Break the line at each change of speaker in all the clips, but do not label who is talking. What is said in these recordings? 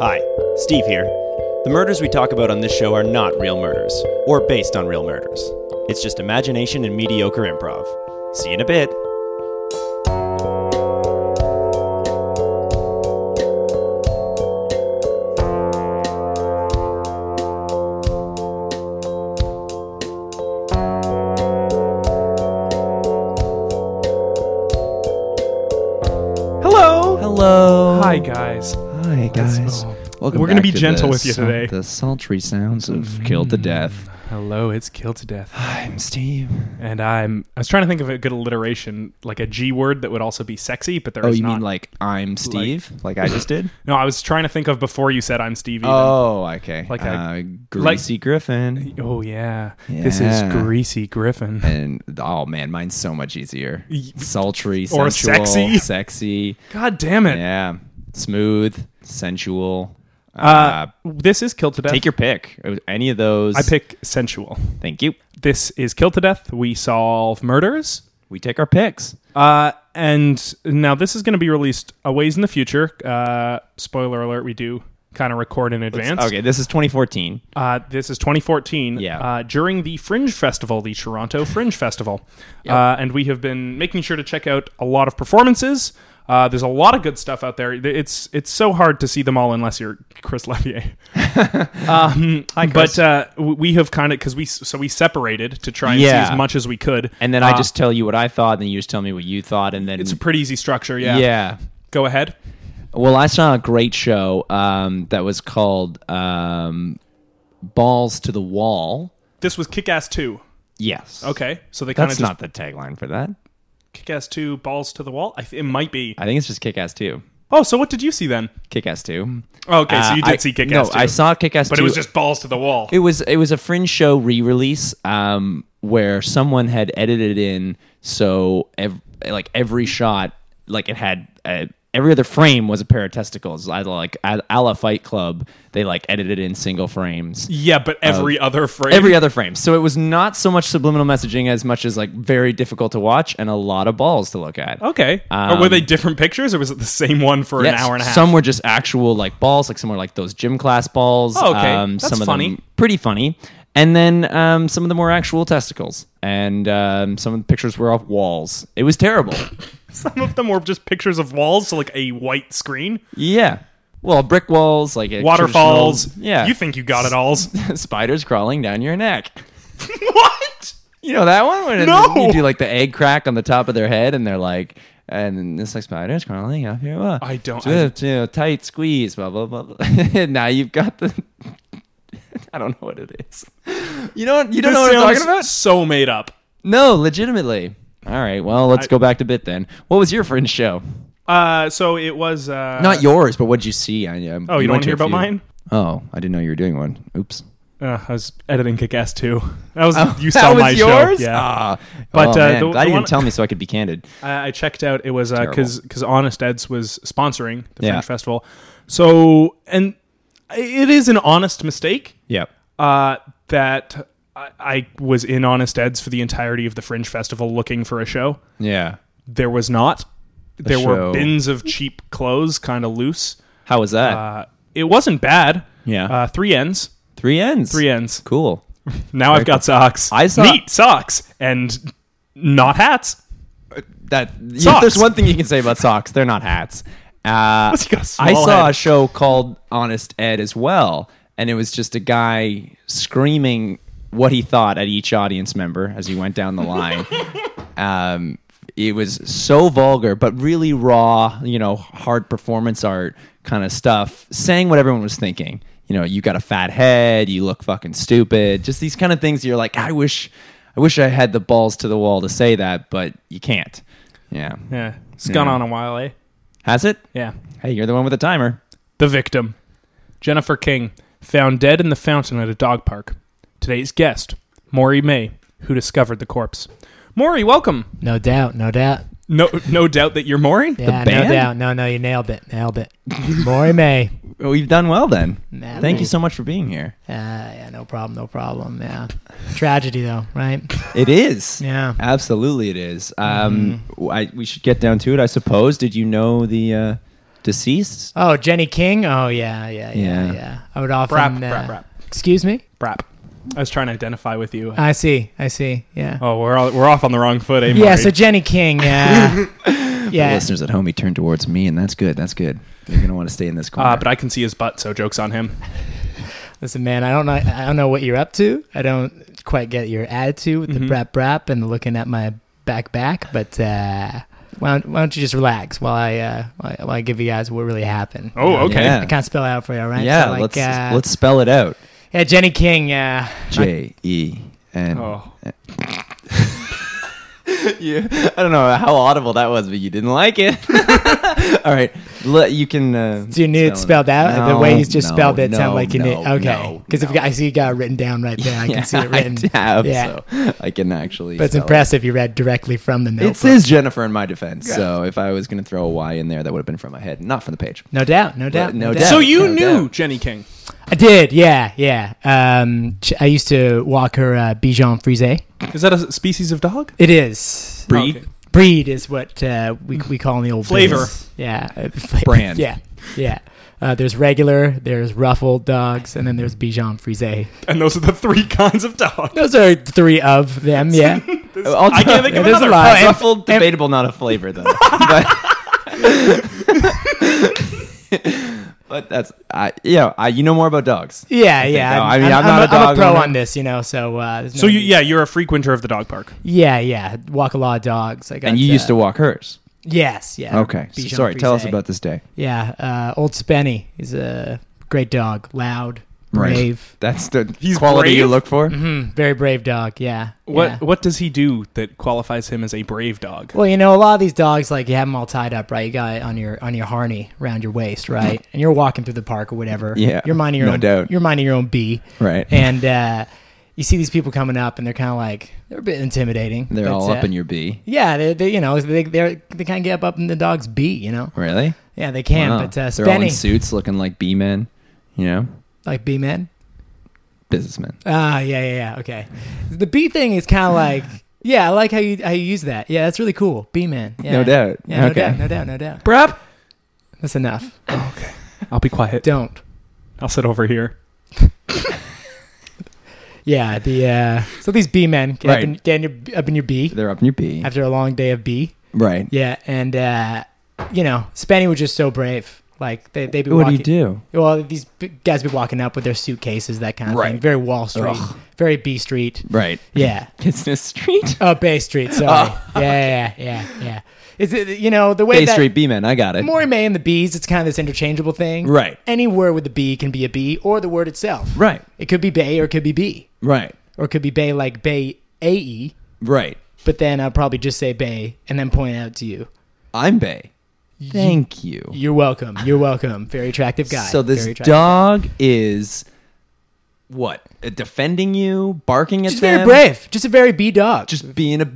Hi, Steve here. The murders we talk about on this show are not real murders, or based on real murders. It's just imagination and mediocre improv. See you in a bit.
Hello.
Hello.
Hi guys.
Hi guys.
oh.
Welcome.
We're gonna
back
be
to
gentle
the
with you
sal-
today.
The sultry sounds of killed to death.
Hello, it's Kill to Death.
I'm Steve.
And I'm I was trying to think of a good alliteration, like a G word that would also be sexy, but there is
Oh, you
not.
mean like I'm Steve, like, I just did?
No, I was trying to think of before you said I'm Steve even.
Oh, okay.
Like
Like
I-
uh, Greasy Griffin.
Oh, yeah. This is
Yeah.
Greasy Griffin.
And oh man, mine's so much easier.
Y-
Sultry,
Or
sensual,
sexy.
sexy.
God damn it.
Yeah, smooth, sensual. Uh,
Uh, this is Kill to Death.
take your pick. Any of those.
I pick sensual.
Thank you.
This is Kill to Death. We solve murders.
We take our picks.
Uh, and now this is going to be released a ways in the future. Uh, spoiler alert, we do kind of record in advance.
Okay, this is 2014.
Uh, this is 2014.
Yeah.
Uh, during the Fringe Festival, the Toronto Fringe Festival, uh, and we have been making sure to check out a lot of performances. Uh, there's a lot of good stuff out there. It's it's so hard to see them all unless you're Chris Levier. um,
Chris.
But uh, w- we have kind of because we so we separated to try and
Yeah.
see as much as we could.
And then
Uh,
I just tell you what I thought, and then you just tell me what you thought, and then
it's a pretty easy structure. Yeah.
yeah.
Go ahead.
Well, I saw a great show um, that was called um, Balls to the Wall.
This was Kick Ass Two.
Yes.
Okay, so they kind
That's
of just
not the tagline for that.
Kick Ass Two balls to the wall. I th- it might be.
I think it's just Kick Ass Two.
Oh, so what did you see then?
Kick Ass Two.
Oh, Okay, so
Uh,
you did
I-
see Kick
No,
Ass.
I saw Kick Ass Two.
but it was just balls to the wall.
It was it was a fringe show re-release um, where someone had edited in so ev- like every shot like it had uh every other frame was a pair of testicles I like a, a la Fight Club they like edited in single frames
yeah, but Oh. every other frame.
every other frame so it was not so much subliminal messaging as much as like very difficult to watch and a lot of balls to look at
okay. or were they different pictures, or was it the same one for an
Um, Yes,
hour and a half?
Some were just actual like balls, like some were like those gym class balls. Um,
Oh, okay. That's
some of
funny.
them pretty funny. And then um, some of them were actual testicles, and um, some of the pictures were off walls. It was terrible.
Some of them were just pictures of walls, so like a white screen,
yeah. Well, brick walls, like a
waterfalls.
traditional- Yeah.
you think you got it all?
spiders crawling down your neck?
what?
You know that one? When
No!
You do like the egg crack on the top of their head, and they're like, and it's like spiders crawling up your. wall.
I don't-
Do, do, tight squeeze. Blah blah blah. blah. now you've got the. I don't know what it is. You know what? You don't know what I'm talking about?
So made up.
No, legitimately. All right. Well, let's
I-
go back to bit then. What was your fringe show?
Uh, so it was uh,
Not yours, but what'd you see? I, um,
Oh, you don't
went
want to hear
a
about
few.
mine?
Oh, I didn't know you were doing one. Oops.
Uh, I was editing Kick Ass too. That was you
Oh, that
saw
was
my
yours?
show. Yeah.
Ah.
But,
oh,
uh,
man.
the-
glad
the
you
one-
didn't tell me so I could be candid.
I I checked out. It was
Terrible.
because because Honest Ed's was sponsoring the
Yeah.
Fringe Festival. So and it is an honest mistake
Yep.
uh, that I, I was in Honest Ed's for the entirety of the Fringe Festival looking for a show.
Yeah.
There was not. there were
show.
bins of cheap clothes, kind of loose.
How was that?
Uh, it wasn't bad.
Yeah.
Uh, three ends.
Three ends.
Three ends.
Cool.
Now I've got socks.
I saw-
neat socks and not hats.
That if
Socks.
there's one thing you can say about socks, they're not hats. Uh,
you got a small
I saw
head.
a show called Honest Ed as well, and it was just a guy screaming what he thought at each audience member as he went down the line. um, it was so vulgar, but really raw, you know, hard performance art kind of stuff, saying what everyone was thinking. You know, you got a fat head, you look fucking stupid, just these kind of things. You're like, I wish, I wish I had the balls to the wall to say that, but you can't. Yeah.
Yeah. It's gone on a while, eh?
Has it?
Yeah.
Hey, you're the one with the timer.
The victim, Jennifer King, found dead in the fountain at a dog park. Today's guest, Maury May, who discovered the corpse. Maury, welcome.
No doubt, no doubt.
No, no doubt that you're Maury.
Yeah,
band?
no doubt. No, no, you nailed it. Nailed it. Maury May.
Well, We've Oh, done well then.
Nah,
Thank you
man.
so much for being here.
Uh, yeah, no problem, no problem. Yeah. Tragedy, though, right?
It is.
Yeah.
Absolutely, it is. Um, I, we should get down to it, I suppose. Did you know the uh, deceased?
Oh, Jenny King. Oh yeah, yeah, yeah,
Yeah.
yeah. I would often.
Brap,
uh,
brap, brap.
Excuse me.
Brap. I was trying to identify with you.
I see. I see. Yeah.
oh, we're all, we're off on the wrong foot, eh?
yeah.
Maury?
So Jenny King. Yeah. yeah.
Listeners at home, he turned towards me, and that's good. That's good. You're gonna want to stay in this corner.
uh, but I can see his butt, so jokes on him.
Listen, man. I don't know. I don't know what you're up to. I don't quite get your attitude with the brap brap and looking at my back back. But uh, why don't Why don't you just relax while I uh, while I- while I give you guys what really happened?
Oh, okay.
Yeah.
I can't spell it out for you, all right?
yeah,
So, like,
let's
uh,
let's spell it out.
Yeah, Jenny King. Uh,
J E N.
Oh.
Yeah, I don't know how audible that was, but you didn't like it. All right, le- you can. Uh,
Do you need it
spell
spelled out? the way he's just
No,
spelled it
no,
sounded like you knew.
no,
Okay,
no,
because
no.
I see you got it written down right there. I can see it written.
I have,
yeah,
so I can actually.
but it's
spell it.
impressive. You read directly from the
It
notebook.
says Jennifer in my defense, so if I was going to throw a Y in there, that would have been from my head, not from the page.
no doubt, no doubt,
no doubt.
So you
no
knew
doubt.
Jenny King.
I did, yeah, yeah. Um, ch- I used to walk her uh, Bichon Frise.
Is that a s- species of dog?
It is
Breed?
Okay.
breed is what uh, we we call in the old
Flavor.
biz. Yeah, uh, flavor.
Brand.
Yeah, yeah. Uh, there's regular, there's ruffled dogs, and then there's Bichon Frise.
And those are the three kinds of dog.
Those are three of them. Yeah.
I'll
I can't think
Yeah,
of
there's a
another.
lot.
Oh,
and-
Ruffled, debatable, not a flavor though. but, but that's I, you know, I you know more about dogs.
Yeah,
think,
yeah.
though.
I'm-
I mean, I'm not a
a-
dog
pro
owner.
on this, you know. So, uh, there's
So
no
you,
need-
yeah, you're a frequenter of the dog park.
yeah, yeah. Walk a lot of dogs. I got,
And you
uh,
used to walk hers.
yes, yeah.
Okay, so
Bichon
sorry. Tell us
Frise.
about this day.
Yeah, uh, old Spenny is a great dog, loud,
Right.
brave,
That's the
He's
quality you
brave?
look for.
Mm, very brave dog. Yeah.
Hmm. What
yeah.
what does he do that qualifies him as a brave dog?
Well, you know, a lot of these dogs, like you have them all tied up, right? You got it on your on your harney around your waist, right? and you're walking through the park or whatever.
Yeah,
you're minding your
no
own.
doubt.
You're minding your own bee,
Right.
And uh, you see these people coming up, and they're kind of like they're a bit intimidating.
They're
but,
all
uh,
up in your bee.
Yeah, they, they you know they they're, they kind of get up, up in the dog's beat, you know.
Really?
Yeah, they can.
Wow.
But uh,
they're all in
Spenny,
suits, looking like bee men. You know,
like bee men.
businessmen.
Ah, yeah, yeah, yeah. Okay, the bee thing is kind of like yeah, I like how you how you use that. Yeah, that's really cool. Bee man. Yeah.
No doubt.
Yeah, no
Okay.
doubt. No doubt. No doubt.
Brap.
That's enough.
I'll be quiet.
Don't.
I'll sit over here.
Yeah. The uh, so these bee men get,
Right.
up, in, get in your, up in your bee
They're up in your bee.
after a long day of bee.
Right.
Yeah, and uh, you know, Spenny was just so brave. Like they they be
What do
walking,
you do?
Well, these b- guys be walking up with their suitcases, that kind of
Right.
thing. Very Wall Street,
Ugh.
very B Street.
Right.
Yeah.
Business Street.
Oh, Bay Street. Sorry. yeah, yeah, yeah, yeah. Is it you know the way
Bay
that
Street bee men. I got it.
Maury May and the bees? It's kind of this interchangeable thing.
Right.
Any word with a B can be a B or the word itself.
Right.
It could be Bay or it could be B
Right.
or it could be Bay like Bay A E.
Right.
But then I'll probably just say Bay and then point out to you.
I'm Bay. Thank you.
You're welcome. You're welcome. Very attractive guy.
So this
very attractive.
dog is what? Uh, Defending you, barking at
Just
them,
very brave. Just a very B dog.
just being a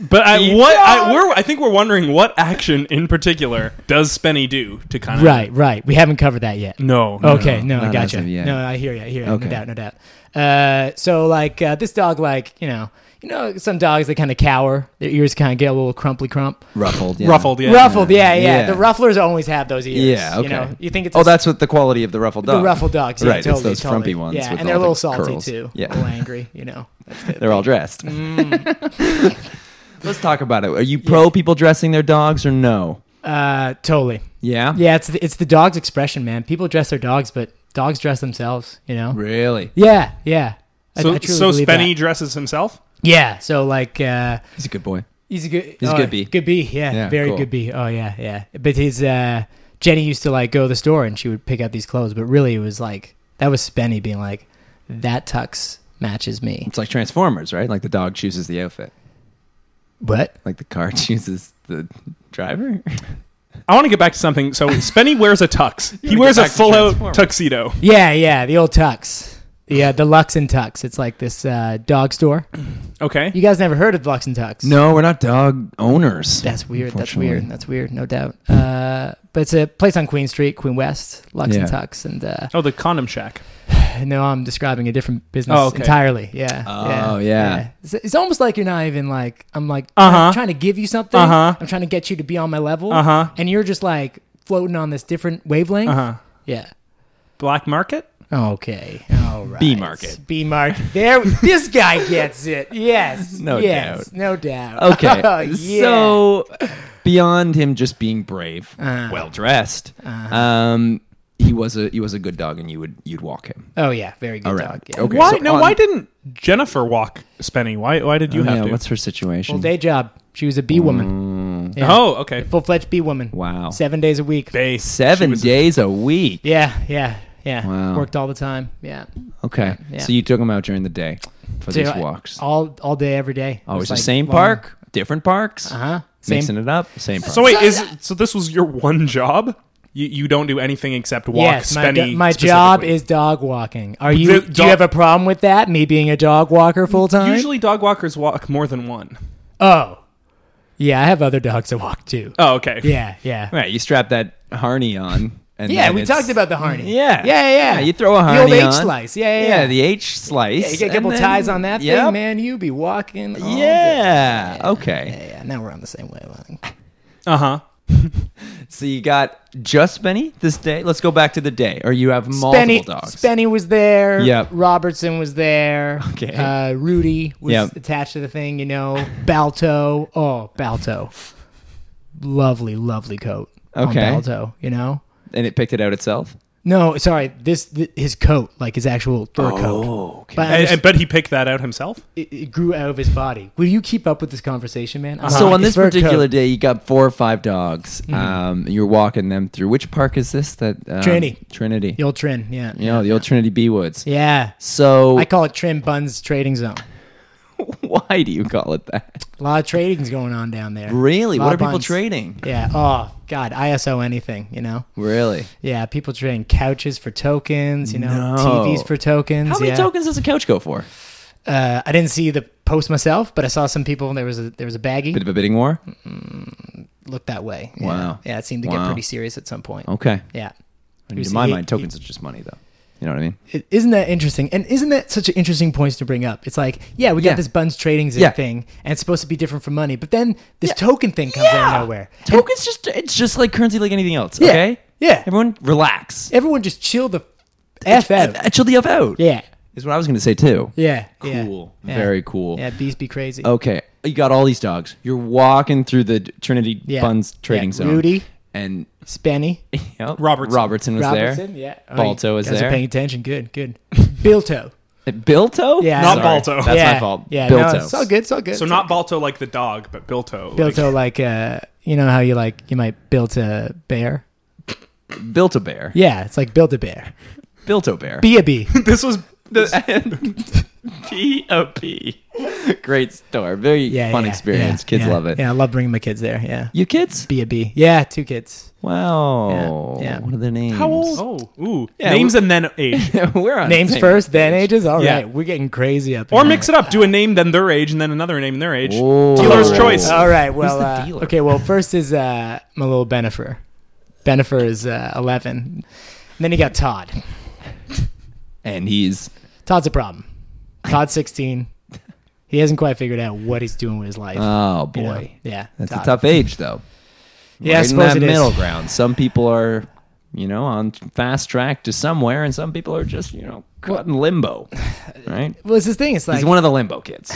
But I,
Bee
what I,
dog!
we're, I think we're wondering what action in particular does Spenny do to kind of
right, right. We haven't covered that yet.
No. no,
Okay,
no.
no, I
Not
gotcha.
as of yet.
No, I hear you. I hear you.
Okay.
No doubt, no doubt. Uh, so like uh, this dog, like you know, you know, some dogs they kind of cower. Their ears kind of get a little crumply crump.
ruffled. Yeah.
Ruffled. Yeah.
Ruffled, yeah, yeah,
Yeah.
The rufflers always have those ears.
Yeah, okay.
You know, you think it's
oh,
a-
that's what the quality of the ruffled
the
dog.
ruffled dogs. Yeah,
right,
totally,
it's those
totally.
frumpy ones.
Yeah,
with
and they're a
all
little
the
salty
curls.
too. A little
Yeah,
angry. You know,
they're all dressed.
Mm.
Let's talk about it. Are you pro people dressing their dogs or no?
uh, totally.
Yeah.
Yeah, it's the, it's the dog's expression, man. People dress their dogs, but dogs dress themselves. You know.
Really?
Yeah, yeah. I-
So,
I truly
so
believe
Spenny
that.
dresses himself.
Yeah, so like. Uh,
He's a good boy.
He's a good.
He's a
oh,
good bee.
Good bee. Yeah,
Yeah,
very
cool.
good bee. Oh yeah, yeah. But his uh, Jenny used to like go to the store and she would pick out these clothes, but really it was like that was Spenny being like, that tux matches me.
It's like Transformers, right? Like the dog chooses the outfit,
What?
like the car chooses the driver.
I want to get back to something. So Spenny wears a tux. He
wanna
wears
get
a
back to
full out
Transformers.
tuxedo.
Yeah, yeah. The old tux. Yeah, the Lux and Tux. It's like this uh, dog store.
Okay.
You guys never heard of Lux and Tux?
No, we're not dog owners.
That's weird. That's
Unfortunately.
weird. That's weird. No doubt. Uh, but it's a place on Queen Street, Queen West, Lux and
Yeah.
Tux, and uh,
Oh, the condom shack.
No, I'm describing a different business
Oh, okay.
entirely. Yeah.
Oh, yeah.
It's, it's almost like you're not even like I'm like
Uh-huh.
trying to give you something.
Uh-huh.
I'm trying to get you to be on my level.
Uh huh.
And you're just like floating on this different wavelength.
Uh-huh.
Yeah.
Black market?
Okay. All right.
B market.
B market. There. this guy gets it. Yes.
No
yes,
doubt.
No doubt.
Okay.
Oh, yeah.
So beyond him just being brave,
Uh-huh.
well dressed, um, he was a he was a good dog, and you would you'd walk him.
Oh yeah. Very good
Around.
dog. Yeah.
Okay.
why?
so
no,
on-
why didn't Jennifer walk Spenny? Why why did you have
yeah,
to?
What's her situation?
Full day job. She was a bee woman. Yeah.
Oh, okay.
Full fledged bee woman.
Mm. Wow.
Seven days a week.
Base.
Seven days a week.
Yeah. Yeah. Yeah.
Wow.
Worked all the time. Yeah.
Okay.
Yeah.
So you took him out during the day for
So,
these
I-
walks.
All all day every day.
Always the same park, different parks,
Uh huh. Same.
mixing it up, same park.
So wait, is so this was your one job? You, you don't do anything except walk
Yes, my,
Spenny.
do- my job
specifically.
is dog walking. Are you?
The
do you
dog-
have a problem with that? Me being a dog walker full time?
usually dog walkers walk more than one.
Oh, yeah. I have other dogs to walk too.
Oh, okay.
Yeah, yeah,
All right, you strap that harney on. And
yeah.
then
We
it's-
talked about the harney.
Yeah.
yeah, yeah.
you throw a
The
harney
old H
on.
slice. Yeah, yeah.
the H slice.
Yeah, you get a
and
couple
then-
ties on that
Yep.
thing, man. You be walking. all day.
Yeah. Okay.
Yeah, yeah. Now we're on the same wavelength.
Uh huh.
So you got just Benny this day. Let's go back to the day, or you have multiple
Spenny,
dogs.
Spenny was there.
Yep.
Robertson was there.
Okay.
Uh, Rudy was
Yep.
attached to the thing, you know. Balto. Oh, Balto. Lovely, lovely coat. on
Okay.
Balto, you know?
and it picked it out itself.
No, sorry. This th- his coat, like his actual fur
Oh.
coat.
okay.
But I
And,
understand-
and- but he picked that out himself.
it, it grew out of his body. Will you keep up with this conversation, man? I'm
So
sorry,
on
his
this
fur
particular
coat.
day, you got four or five dogs.
Mm-hmm.
Um, you're walking them through. Which park is this? That um,
Trinity.
Trinity.
the old Trin, yeah,
you know, the old Trinity Bee Woods.
yeah.
So
I call it Trim Buns Trading Zone.
why do you call it that?
A lot of trading's going on down there.
Really?
Lot
What are
of
people
buns.
trading?
Yeah. Oh God, ISO anything, you know.
Really?
Yeah, people trading couches for tokens, you know,
No.
TVs for tokens.
How many
yeah.
tokens does a couch go for?
Uh, I didn't see the post myself, but I saw some people. There was a there was a baggie.
Bit of a bidding war.
Mm. Looked that way.
Wow.
Yeah, yeah it seemed to
Wow.
get pretty serious at some point.
Okay.
Yeah.
In
Who's-
my
he-
mind, tokens are just money, though. You know what I mean?
It, isn't that interesting? And isn't that such an interesting point to bring up? It's like, yeah, we got
Yeah.
this buns trading
Yeah.
thing, and it's supposed to be different from money, but then this token thing comes out of nowhere. And
Tokens just it's just like currency, like anything else.
Yeah.
Okay.
Yeah.
Everyone relax.
everyone just chill the f out.
Uh, Chill the f out.
Yeah.
Is what I was going to say too.
Yeah. yeah,
Cool.
yeah.
Very cool.
Yeah, bees be crazy.
Okay. You got all these dogs. You're walking through the Trinity
Yeah.
Buns
Yeah.
trading zone.
Rudy.
and
Spenny.
yep,
Robertson.
Robertson was
Robertson,
there.
yeah. Oh,
Balto
you
was
guys Are
there.
paying attention. Good, good. Bilto.
Uh, Bilto.
Yeah.
Not
Sorry.
Balto.
That's
yeah.
my fault.
Yeah,
Bilto.
No, it's all good. It's all good.
So not Balto like the dog, but Bilto. like-
Bilto, like, uh, you know how you like you might build a bear.
Built a bear.
Yeah, it's like build a bear.
Built a bear.
Be a bee.
this was
P O P. Great store. Very
Yeah,
fun
yeah,
experience.
yeah,
Kids
yeah.
love it.
Yeah, I love bringing my kids there. Yeah,
You kids?
be a bee. Yeah, two kids.
Wow.
Yeah, yeah.
What are their names?
how old? Oh, ooh.
Yeah,
Names
we-
and then age,
We're on
Names
the same
first, then
page.
ages. All
Yeah.
right, we're getting crazy up.
or
in
mix
here.
it up. Do a name, then their age, and then another name, and their age.
Whoa.
Dealer's choice.
All right. Well,
Oh. the
Oh. uh,
dealer?
okay. Well, first is uh, my little Benifer. Benifer is uh, eleven. And then you got Todd.
And he's
Todd's a problem. Todd's sixteen. He hasn't quite figured out what he's doing with his life.
oh boy.
you know? Yeah.
That's
Todd.
a tough age though.
Yeah, I
right in
suppose
that
it is.
middle ground. Some people are, you know, on fast track to somewhere, and some people are just, you know, caught in limbo. Right?
Well, it's the thing. It's like
he's one of the limbo kids,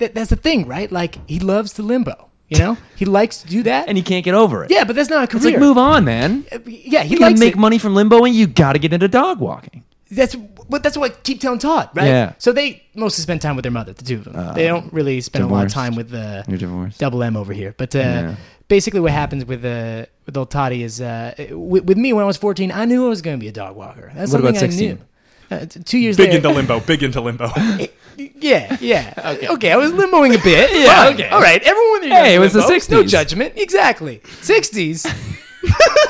that, that's the thing, right? Like he loves to limbo. You know, he likes to do that.
and he can't get over it.
yeah, but that's not a career.
it's like move on, man.
Yeah, he
You gotta
likes
make
it.
money from limboing. You got to get into dog walking.
That's but that's what I keep telling Todd, right?
Yeah. Uh,
So they mostly spend time with their mother, the two of them. they don't really spend a lot of
divorced.
time with the
You're divorced.
double M over here. But uh,
Yeah.
basically, what happens with uh, with old Toddy is uh, with, with me when I was fourteen, I knew I was going to be a dog walker. That's
What
something
about
I
16?
knew. Uh, t- two years
Big
later,
into limbo. Big into limbo.
yeah, yeah, okay. I was limoing a bit. yeah, okay, all right. Everyone, in your
Hey,
young
it was the
limbo. No
60s.
judgment, exactly. Sixties.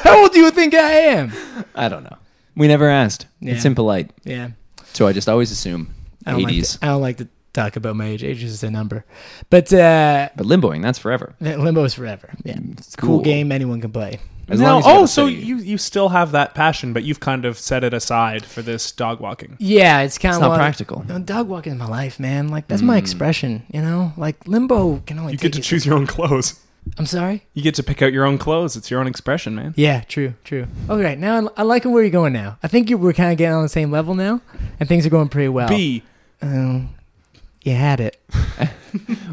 How old do you think I am?
I don't know. We never asked. It's
Yeah.
impolite,
Yeah,
so I just always assume
I don't, like
eighties.
to, I don't like to talk about my age. Age is just a number, but uh,
but limboing, that's forever.
that limbo is forever. Yeah, it's a cool.
Mm, cool.
game. Anyone can play.
As
no.
long as you got
oh,
a
so
steady-
you you still have that passion, but you've kind of set it aside for this dog walking.
Yeah, it's kind of
not practical.
dog
Mm.
walking is my life, man. Like that's my expression. You know, like limbo can only
You get
take
to
you-
choose your own clothes.
I'm sorry.
You get to pick out your own clothes. It's your own expression, man.
Yeah, true, true. All right, now I, I like where you're going now. I think you, we're kind of getting on the same level now, and things are going pretty well.
B.
Um, you had it.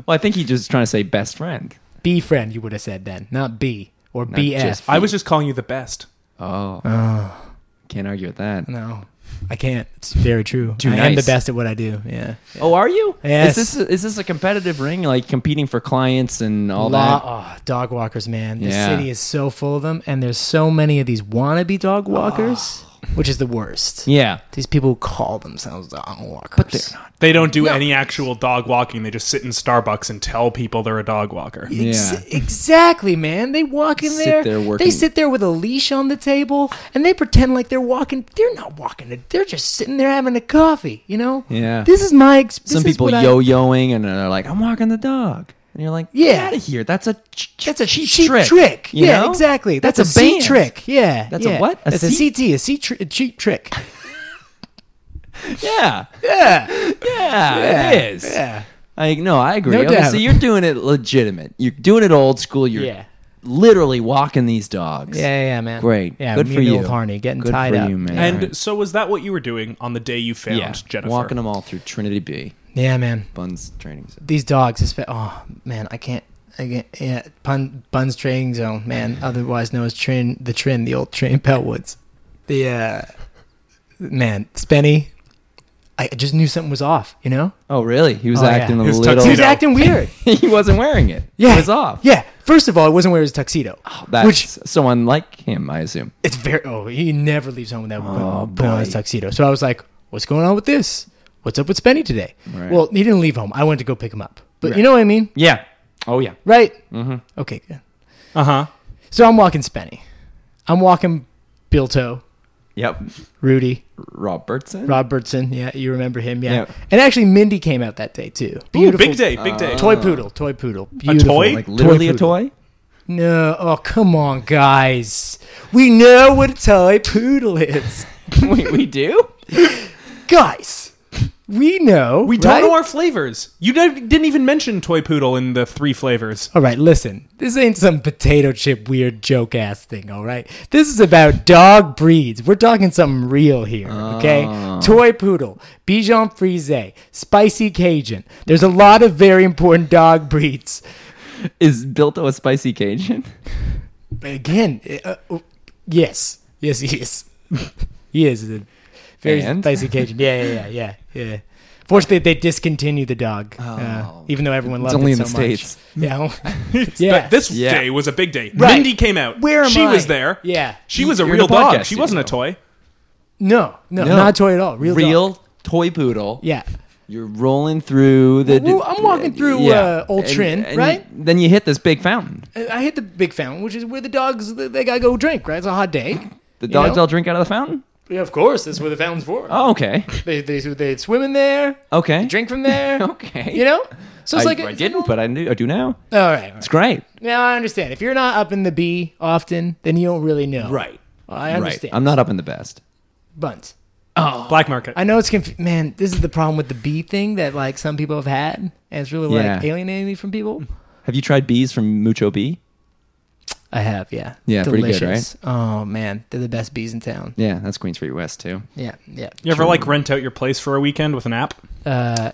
Well, I think he's just trying to say best friend.
B friend, you would have said then, not B or
Not
BF.
just-
I was just calling you the best.
Oh,
oh
can't argue with that.
no, I can't. It's very true.
Too
I am the
nice.
best at what I do. Yeah.
Oh, are you?
Yes.
Is this a, is this a competitive ring, like competing for clients and all
Law,
that?
oh, dog walkers, man. The
Yeah.
city is so full of them, and there's so many of these wannabe dog walkers, which is the worst.
Yeah.
These people who call themselves dog walkers,
But they're not.
They don't do any actual dog walking. They just sit in Starbucks and tell people they're a dog walker.
Ex-
Yeah.
Exactly, man. They walk in
Sit
there.
there
They
working.
sit there with a leash on the table, and they pretend like they're walking. They're not walking. it. They're just sitting there having a coffee. You know.
Yeah.
This is my. Ex- this
Some
is
people
what I-
yo-yoing and they're like, "I'm walking the dog," and you're like,
Yeah.
"Get out of here! That's a ch- ch-
That's a
cheap,
cheap,
trick.
trick.
you
yeah,
know?
exactly. That's, a,
bait
bait trick. Yeah.
That's a
yeah.
what? A
That's a
C-
CT. A C tr- a cheap trick.
Yeah.
Yeah.
Yeah, it is.
Yeah.
Like, no, I agree.
No
Okay,
doubt.
so you're doing it legitimate. You're doing it old school. You're
Yeah.
literally walking these dogs.
Yeah, yeah, yeah, man.
Great.
Yeah,
Good
me
for
and
you.
old Harney getting
Good
tied
for
up.
you, man.
And
Right.
so was that what you were doing on the day you found
yeah.
Jennifer?
Walking them all through Trinity B.
Yeah, man.
Buns training. Center.
These dogs, espe- oh man, I can't. I can't yeah, pun, Buns Training Zone, man. Otherwise known as Trin, the Trin, the old Trin Peltwoods. The uh, man, Spenny. I just knew something was off. You know,
Oh, really? He was
Oh, yeah.
acting a
His
little.
he was
tuxedo.
acting weird.
he wasn't wearing it.
Yeah,
It was off.
Yeah. First of all, it wasn't wearing his tuxedo,
That's
which
someone like him, I assume.
it's very. Oh, he never leaves home without
Oh,
putting on his
boy.
tuxedo. So I was like, "What's going on with this? What's up with Spenny today?"
Right.
Well, he didn't leave home. I went to go pick him up, but you know what I mean,
Yeah. Oh, yeah.
right? Mm-hmm. Okay, good.
Uh huh.
So I'm walking Spenny. I'm walking Bill Toe,
Yep.
Rudy,
Robertson.
Robertson. Yeah, you remember him. Yeah.
Yeah.
And actually, Mindy came out that day too.
Ooh, big day, big day.
Toy poodle, toy poodle. Beautiful,
toy?
like literally a
poodle.
toy.
No, oh come on, guys. We know what a toy poodle is,
Wait, we do?
guys. We know.
we don't
right?
know our flavors. You guys didn't even mention toy poodle in the three flavors.
All right, listen. This ain't some potato chip weird joke ass thing, all right? This is about dog breeds. We're talking something real here, okay?
Ah.
Toy poodle, Bichon frise, spicy Cajun. There's a lot of very important dog breeds.
Is built a spicy Cajun?
But again, uh, uh, yes. Yes, he is. he is a very
And?
spicy Cajun. Yeah, yeah, yeah, yeah. yeah. Fortunately, they discontinued the dog, uh,
Oh.
even though everyone
It's
loved
only
it
in
so
the
much.
States.
Yeah, yeah.
But this
Yeah.
day was a big day.
Right.
Mindy came out.
Where am
she
I?
was there.
Yeah.
She was a
You're
real
the podcast
dog. She wasn't a toy.
No, no,
No.
not a toy at all. Real, dog.
toy poodle.
Yeah.
You're rolling through the.
Well, I'm walking through, uh, Old Trin, right?
Then you hit this big fountain.
I I hit the big fountain, which is where the dogs they they gotta go drink. Right, it's a hot day.
The dogs
know?
all drink out of the fountain.
Yeah, of course, that's where the fountain's for.
Oh, okay.
They, they they swim in there,
Okay.
drink from there.
Okay.
you know. So
I,
it's like
I didn't, but I do. I do now.
All right, all right.
It's great.
Now I understand. If you're not up in the B often, then you don't really know. I understand.
Right. I'm not up in the best.
Bunt.
Black market.
I know it's conf- man. This is the problem with the B thing that like some people have had, and it's really
Yeah.
like alienating me from people.
Have you tried bees from Mucho Bee?
I have, yeah.
Yeah, pretty good,
Oh man, they're the best bees in town.
Yeah, that's Queen Street West too.
Yeah, yeah.
you ever like rent out your place for a weekend with an app?
Uh,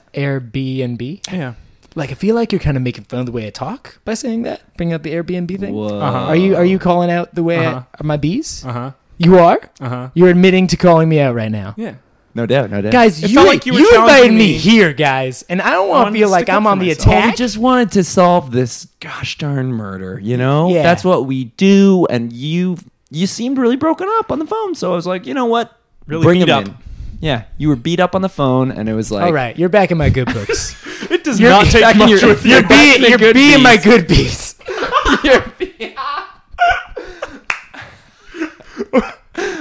Airbnb.
Yeah.
Like, I feel like you're kind of making fun of the way I talk by saying that. Bring up the Airbnb thing.
Whoa.
Are you are you calling out the way I-
Uh-huh.
are my bees?
Uh huh.
You are.
Uh
Uh-huh.
huh.
You're admitting to calling me out right now,
Yeah.
No doubt. No doubt.
guys.
It
you
felt like you were
you invited
challenging
me
me.
here, guys, and I don't want
wanted
to
to
feel like
stick up
I'm
for
on the
myself.
attack.
Well, we just wanted to solve this gosh darn murder, you know?
Yeah.
That's what we do. And you you seemed really broken up on the phone. So I was like, you know what?
Really
Bring
beat
him
up.
in. Yeah. You were beat up on the phone and it was like
All right, you're back in my good books.
It does
You're-
not take
back in
much
your-
with
you're
you.
you're being
the
you're
good
being my
bees.
good bees.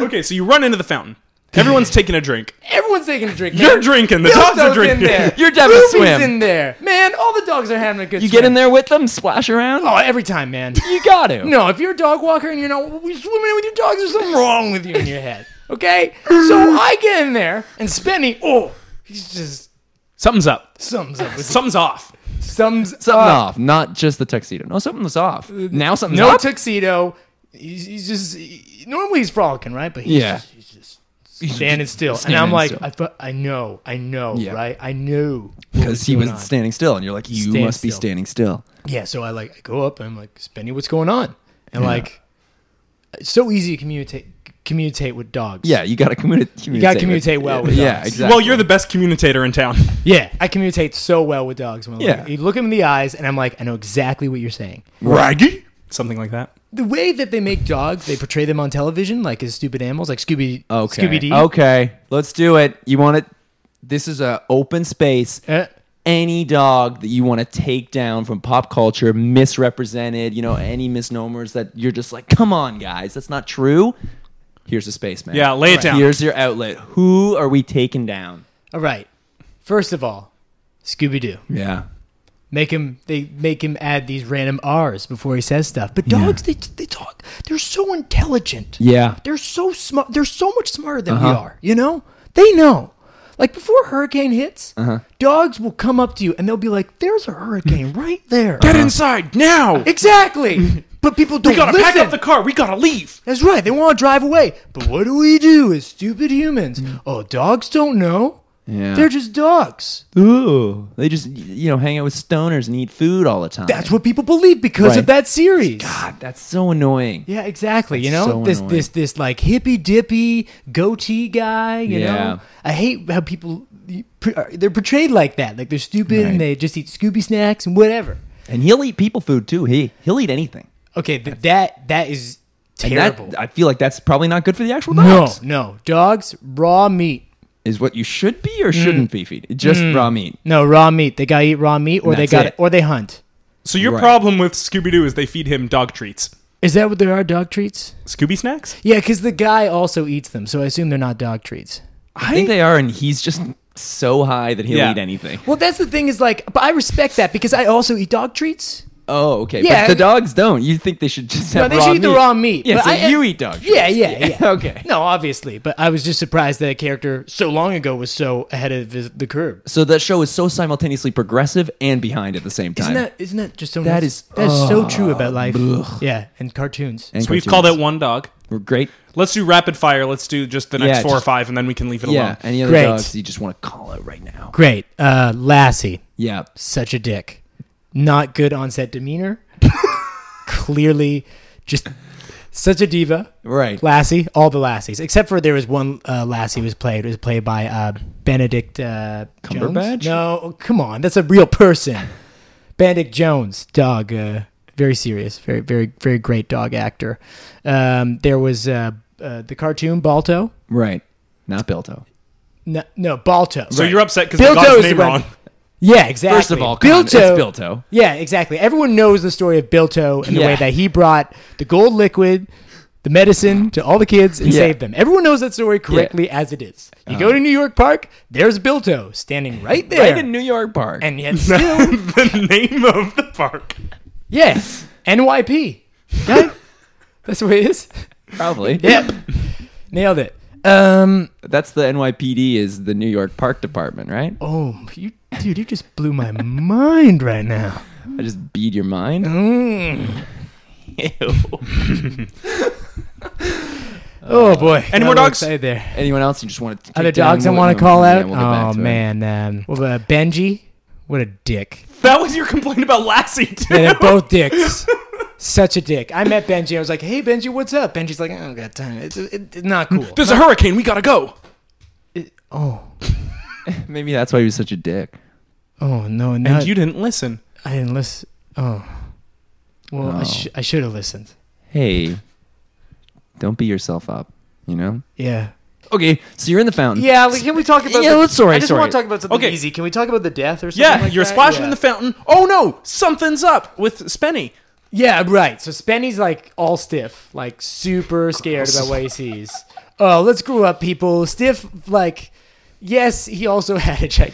Okay, so you run into the fountain. Everyone's taking a drink.
Everyone's taking a drink.
You're
man.
drinking. The
Dildo's
dogs are
In
drinking.
there.
You're down to
Ruby's
swim.
in there. Man, all the dogs are having a good
You
swim.
get in there with them, splash around.
Oh, every time, man.
You got to.
No, if you're a dog walker and you're not swimming in with your dogs, there's something wrong with you in your head. Okay? So I get in there, and Spenny, oh, he's just
Something's up.
Sums up. With
Something's off.
sums
Something
up.
off, not just the tuxedo. No, something was off. Now something's
Uh, No
up.
tuxedo. He's, he's just he- normally he's frolicking, right? But he's
Yeah.
just, he's just standing still.
standing
and I'm like,
still.
I, fu- I know, I know,
Yeah.
right? I knew what
Because he
going
was
on.
standing still, and you're like, you
Stand
must be
still.
standing still.
Yeah, so I like I go up and I'm like, Spenny, what's going on? And like, it's so easy to communicate communicate with dogs.
Yeah, you got to communicate. You
gotta communicate well with
Yeah,
dogs.
exactly.
Well, you're the best communicator in town.
yeah, I communicate so well with dogs. When I
Yeah.
look, you look 'em in the eyes, and I'm like, I know exactly what you're saying.
Raggy.
Something like that.
The way that they make dogs, they portray them on television like as stupid animals, like Scooby
Okay.
Scooby D.
Okay, let's do it. You want it? This is a open space.
Uh,
any dog that you want to take down from pop culture, misrepresented, you know, any misnomers that you're just like, come on, guys, that's not true. Here's a spaceman.
Yeah, lay it down.
Here's your outlet. Who are we taking down?
all right. First of all, Scooby Doo.
Yeah.
Make him. They make him add these random R's before he says stuff. But dogs, they they talk. They're so intelligent.
Yeah.
They're so smart. They're so much smarter than
Uh-huh.
we are. You know. They know. Like before a hurricane hits,
Uh-huh.
dogs will come up to you and they'll be like, "There's a hurricane right there."
Get inside now.
exactly. But people don't
we gotta
listen.
pack up the car. We gotta leave.
That's right. They want to drive away. But what do we do as stupid humans?
Mm.
Oh, dogs don't know.
Yeah.
They're just dogs.
Ooh. They just, you know, hang out with stoners and eat food all the time.
That's what people believe because
Right.
of that series.
God, that's so annoying.
Yeah, exactly. You know
That's so
this
annoying.
this this like hippy dippy goatee guy. You
Yeah.
know, I hate how people uh, they're portrayed like that. Like they're stupid
Right.
and they just eat Scooby snacks and whatever.
And he'll eat people food too. He he'll eat anything.
Okay, th- that that is
And that- uh,
terrible.
I feel like that's probably not good for the actual
no,
dogs.
no, dogs raw meat.
Is what you should be or
Mm.
shouldn't be feeding. Just raw meat.
No raw meat. They gotta eat raw meat, or they
That's
got
it.
or they hunt.
So your
Right.
problem with Scooby Doo is they feed him dog treats.
Is that what there are dog treats?
Scooby snacks?
Yeah, because the guy also eats them, so I assume they're not dog treats.
I think they are, and he's just so high that he'll
Yeah.
eat anything.
Well, that's the thing is like, but I respect that because I also eat dog treats.
Oh, okay.
Yeah.
But the dogs don't. You think they should just
No,
have
they
raw
should eat the
meat.
raw meat.
Yeah,
but
so
I-
you eat dog
Yeah,
treats.
yeah, yeah.
okay.
No, obviously, but I was just surprised that a character so long ago was so ahead of his, the curve.
So that show is so simultaneously progressive and behind at the same time.
Isn't that isn't that just so?
That
nuts?
is-
that is so
oh,
true about life.
blech.
Yeah, and cartoons.
And
So we've
cartoons.
called out one dog.
We're great.
Let's do rapid fire. Let's do just the next
Yeah,
four or
just-
five, and then we can leave it
Yeah.
alone.
Any other
Great.
dogs you just want to call out right now?
Great, uh, Lassie,
Yeah.
such a dick. Not good on set demeanor. Clearly, just such a diva.
Right.
Lassie, all the Lassies, except for there was one uh, Lassie was played. It was played by uh, Benedict uh, Jones?
Cumberbatch?
No, oh, come on, that's a real person. Benedict Jones, dog, uh, very serious, very, very, very great dog actor. Um, there was uh, uh, the cartoon Balto.
Right. Not Bilto.
No, no Balto.
So you're upset because they
Bilto's
got his
the
name
one-
wrong.
yeah, exactly.
First of all, come on, it's Bilto.
Yeah, exactly. Everyone knows the story of Bilto and the
Yeah.
way that he brought the gold liquid, the medicine to all the kids and
Yeah. Uh-huh.
saved them. Everyone knows that story correctly as it is. You go to New York Park, there's Bilto standing right there.
Right in New York Park.
and yet still,
the name of the park.
yeah, NYP. Okay? That's the way it is.
probably.
Yep. Nailed it. Um,
That's the NYPD is the New York Park Department, right?
oh, you, dude, you just blew my mind right now.
I just beat your mind.
Mm. Oh, boy. Got a
more
little
dogs?
excited there.
Anyone else you just want to?
Other dogs I want to call out. oh man, um, what about Benji, what a dick!
That was your complaint about Lassie too.
Yeah, they're both dicks. Such a dick. I met Benji. I was like, "Hey, Benji, what's up?" Benji's like, "I don't got time. It's, it- it's not cool."
There's a hurricane. We gotta go.
oh,
Maybe that's why he was such a dick.
oh no, no.
And you didn't listen.
I didn't listen. Oh, well, I,
Oh.
sh- I should have listened.
Hey, don't beat yourself up. You know.
Yeah.
Okay, so you're in the fountain.
Yeah. Like, can we talk about?
Yeah,
the-
let's- sorry,
I just
sorry.
want to talk about something
Okay.
easy. Can we talk about the death or something?
Yeah,
like
you're
that?
splashing
Yeah.
in the fountain. Oh no, something's up with Spenny.
Yeah, right. So Spenny's like all stiff, like super scared about what he sees. Oh, let's grow up, people. Stiff, like, yes, he also had a check.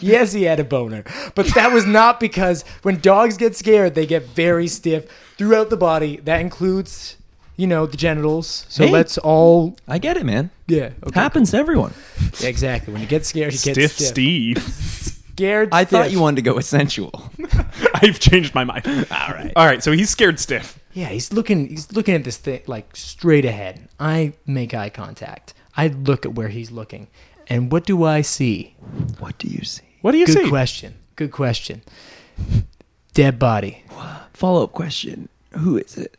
Yes, he had a boner, but that was not because when dogs get scared, they get very stiff throughout the body. That includes, you know, the genitals. So
Hey.
let's all
I get it, man.
yeah. Okay.
Happens to everyone.
Yeah, exactly. When you get scared, you get
Stiff
stiff.
Steve.
Scared.
I thought
stiff.
you wanted to go with sensual.
I've changed my mind. All right. All right. So he's scared stiff.
Yeah, he's looking. He's looking at this thing like straight ahead. I make eye contact. I look at where he's looking, and what do I see?
What do you see?
What do you
Good
see?
question. Good question. Dead body.
Follow up question. Who is it?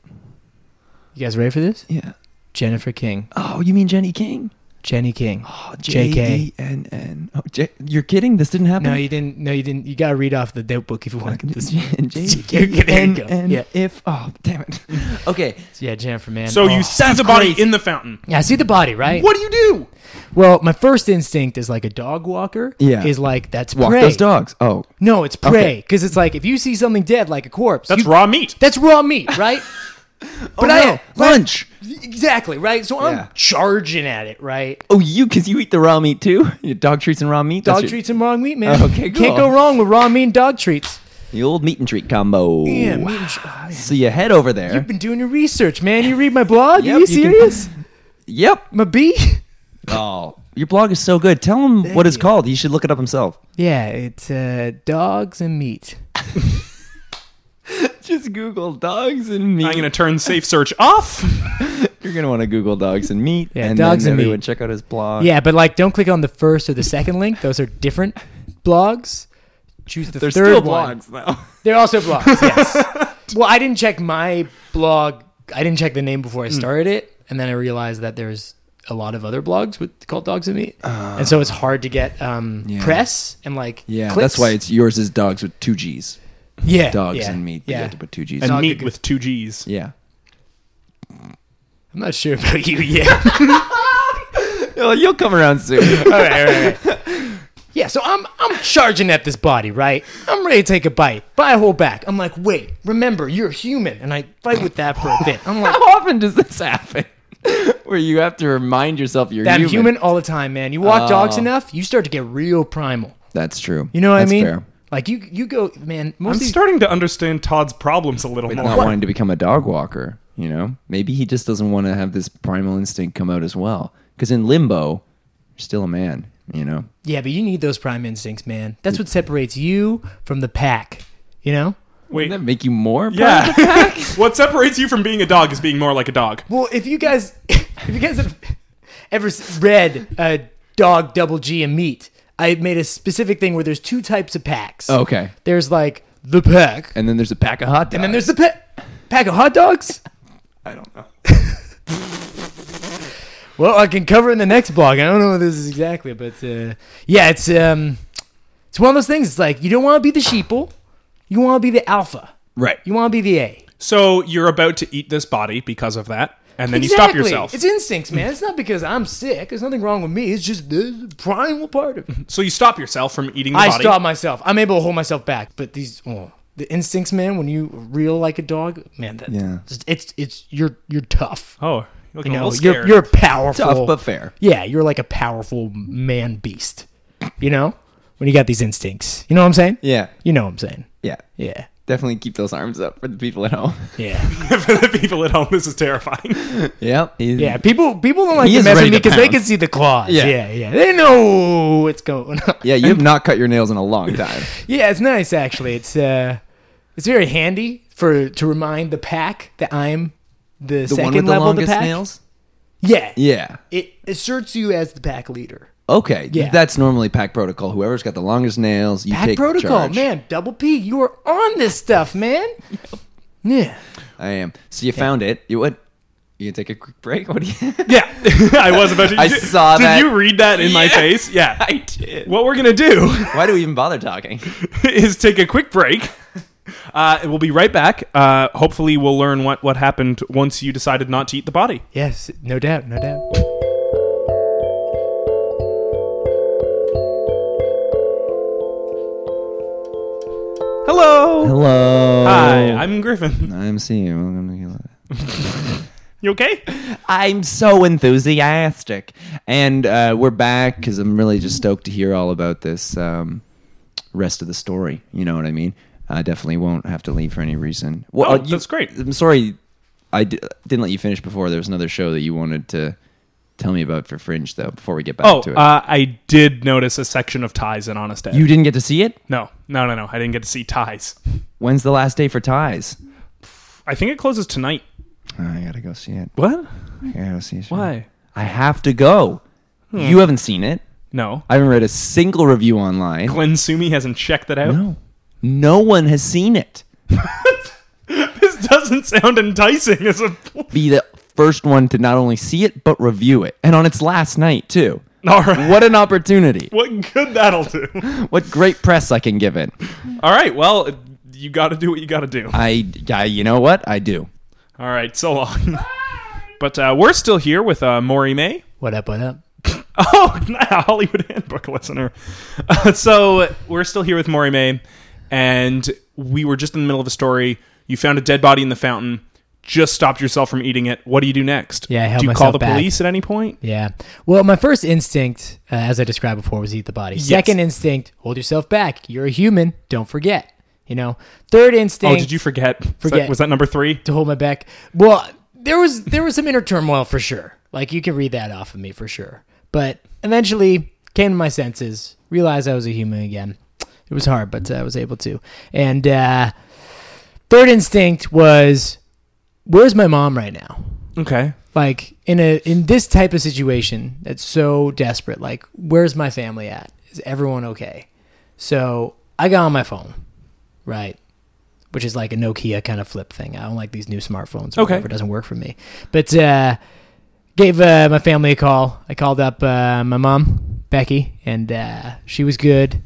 You guys ready for this?
Yeah.
Jennifer King.
Oh, you mean Jenny King?
Jenny King.
Oh,
JK.
J-E-N-N. Oh, J- you're kidding? This didn't happen?
No, you didn't. No, you didn't. You gotta read off the notebook if you want to get this.
J-E-N-N.
Yeah.
If, oh, damn it. Okay.
Yeah, Jennifer, man.
So
Oh.
you see
that's
the body
crazy.
in the fountain.
Yeah, I see the body, right?
What do you do?
Well, my first instinct is like a dog walker.
Yeah.
Is like that's
Walk
prey.
those dogs. Oh,
No, it's prey
Okay.
because it's like if you see something dead, like a corpse.
That's
you-
raw meat.
That's raw meat, right?
but
I-
lunch.
exactly, right? So I'm
Yeah.
charging at it, right?
Oh, you because you eat the raw meat too. Your dog treats and raw meat. That's
Dog
your-
treats and raw meat, man.
Okay,
Can't
cool.
go wrong with raw meat and dog treats.
The old meat and treat combo.
Yeah, meat and tr- oh, yeah.
So you head over there.
You've been doing your research, man. You read my blog?
Yep,
Are
you
you
can-
serious?
yep.
My bee?
Oh, your blog is so good. Tell him what it's called. He should look it up himself.
Yeah, it's uh, dogs and meat.
Just Google dogs and meat.
I'm gonna turn safe search off.
You're gonna want to Google dogs and meat.
Yeah,
and
dogs
then
and meat.
everyone Check out his blog.
Yeah, but like, don't click on the first or the second link. Those are different blogs. Choose the
They're
third
still
one.
blogs though.
They're also blogs. Yes. well, I didn't check my blog. I didn't check the name before I
Hmm.
started it, and then I realized that there's a lot of other blogs with called dogs and meat, and so it's hard to get um,
Ah. Yeah.
press and like
Yeah,
clicks.
that's why it's yours is dogs with two G's.
yeah
Dogs
yeah,
and meat. You
Yeah,
have to put two G's.
And
Dog
meat
could-
with two G's.
yeah.
I'm not sure about you yet.
Oh, you'll come around soon.
all right, all right, all right. Yeah, so I'm I'm charging at this body, right? I'm ready to take a bite, but I hold back. I'm like, wait, remember, you're human, and I fight with that for a bit. I'm like,
How often does this happen? Where you have to remind yourself you're
that I'm human all the time, man. You walk
Oh.
dogs enough, you start to get real primal.
That's true.
You know what
That's
I mean?
Fair.
Like you, you go, man. Most
I'm
of these-
starting to understand Todd's problems a little
Not
more.
wanting to become a dog walker, you know? Maybe he just doesn't want to have this primal instinct come out as well. Because in limbo, you're still a man, you know?
yeah, but you need those prime instincts, man. That's what separates you from the pack. You know?
Wait,
Doesn't that make you more?
yeah. what separates you from being a dog is being more like a dog.
Well, if you guys, if you guys have ever s- read uh, Dog Double G and Meat, I made a specific thing where there's two types of packs.
Oh, Okay.
There's like the pack, and
And then there's a pack of hot dogs.
then there's the pa- pack of hot dogs.
I don't know.
Well, I can cover it in the next blog. I don't know what this is exactly, but uh, yeah, it's um, it's one of those things. It's like you don't want to be the sheeple, you want to be the alpha,
Right.
you want to be the A.
So you're about to eat this body because of that, and then
exactly.
you stop yourself.
It's instincts, man. It's not because I'm sick. There's nothing wrong with me. It's just the primal part of it.
So you stop yourself from eating the
I
body.
stop myself. I'm able to hold myself back, but these oh, the instincts, man. When you reel like a dog, man, that,
Yeah.
it's it's you're you're tough.
Oh, you're
You
looking a
know,
little
you're
scared.
you're powerful.
Tough but fair.
Yeah, you're like a powerful man beast. You know? When you got these instincts. You know what I'm saying?
Yeah.
You know what I'm saying.
Yeah.
Yeah.
Definitely keep those arms up for the people at home.
Yeah.
For the people at home, this is terrifying.
yep.
Yeah. People people don't like
He
to
is
mess with
ready
me
to
because they
pounce.
can see the claws. Yeah.
Yeah.
yeah, They know what's going on.
Yeah, you have not cut your nails in a long time.
Yeah, it's nice actually. It's uh it's very handy for to remind the pack that I'm the,
the
second
one with the
level of the
longest
pack.
nails?
Yeah.
Yeah.
It asserts you as the pack leader.
Okay.
Yeah.
That's normally pack protocol. Whoever's got the longest nails, you
Pack
take
protocol,
charge.
man. Double P, you are on this stuff, man. Yeah.
I am. So you found it. You what? You gonna take a quick break? What do you?
Yeah, I was about to.
I
did-
saw
Did
that.
you read that in my
Yeah.
face? Yeah.
did.
what we're gonna do
Why do we even bother talking?
is take a quick break. Uh, and we'll be right back. Uh, hopefully, we'll learn what what happened once you decided not to eat the body.
Yes, no doubt, no doubt.
Hello.
Hello.
Hi, I'm Griffin.
I'm seeing.
You okay?
I'm so enthusiastic, and uh, we're back because I'm really just stoked to hear all about this um, rest of the story. You know what I mean? I definitely won't have to leave for any reason. Well,
Oh,
you-
that's great.
I'm sorry I d- didn't let you finish before. There was another show that you wanted to tell me about for Fringe, though. Before we get back
Oh,
to it,
uh, I did notice a section of ties in Honest Ed.
you didn't get to see it.
no, no, no, no. I didn't get to see ties.
When's the last day for ties?
I think it closes tonight.
Oh, I gotta go see it.
What?
I gotta see it.
Why?
I have to go.
Hmm.
You haven't seen it.
No.
I haven't read a single review online.
Glenn Sumi hasn't checked that out.
No, no one has seen it.
This doesn't sound enticing as a.
Be the first one to not only see it but review it, and on its last night too.
All right.
What an opportunity!
What good that'll do.
What great press I can give it.
All right. Well, you got to do what you got to do.
I, I, you know what? I do.
All right. So long. But uh, we're still here with uh, Maury May.
What up? What up?
Oh, a Hollywood Handbook listener. Uh, so we're still here with Maury May, and we were just in the middle of a story. You found a dead body in the fountain. Just stopped yourself from eating it. What do you do next?
Yeah, I held
do you
myself
call the
back.
police at any point?
Yeah. Well, my first instinct, uh, as I described before, was eat the body. Second instinct, hold yourself back. You're a human. Don't forget. You know. Third
Oh,
instinct.
did you forget? Was that-
Forget.
was that number three?
to hold my back? Well, there was there was some inner turmoil for sure. Like you can read that off of me for sure. But eventually came to my senses, realized I was a human again. It was hard, but uh, I was able to. And uh, third instinct was, where's my mom right now?
Okay.
like in a in this type of situation that's so desperate like where's my family at is everyone okay so i got on my phone right which is like a nokia kind of flip thing i don't like these new smartphones or
Okay.
whatever. it doesn't work for me but uh gave uh, my family a call i called up uh, my mom becky and uh she was good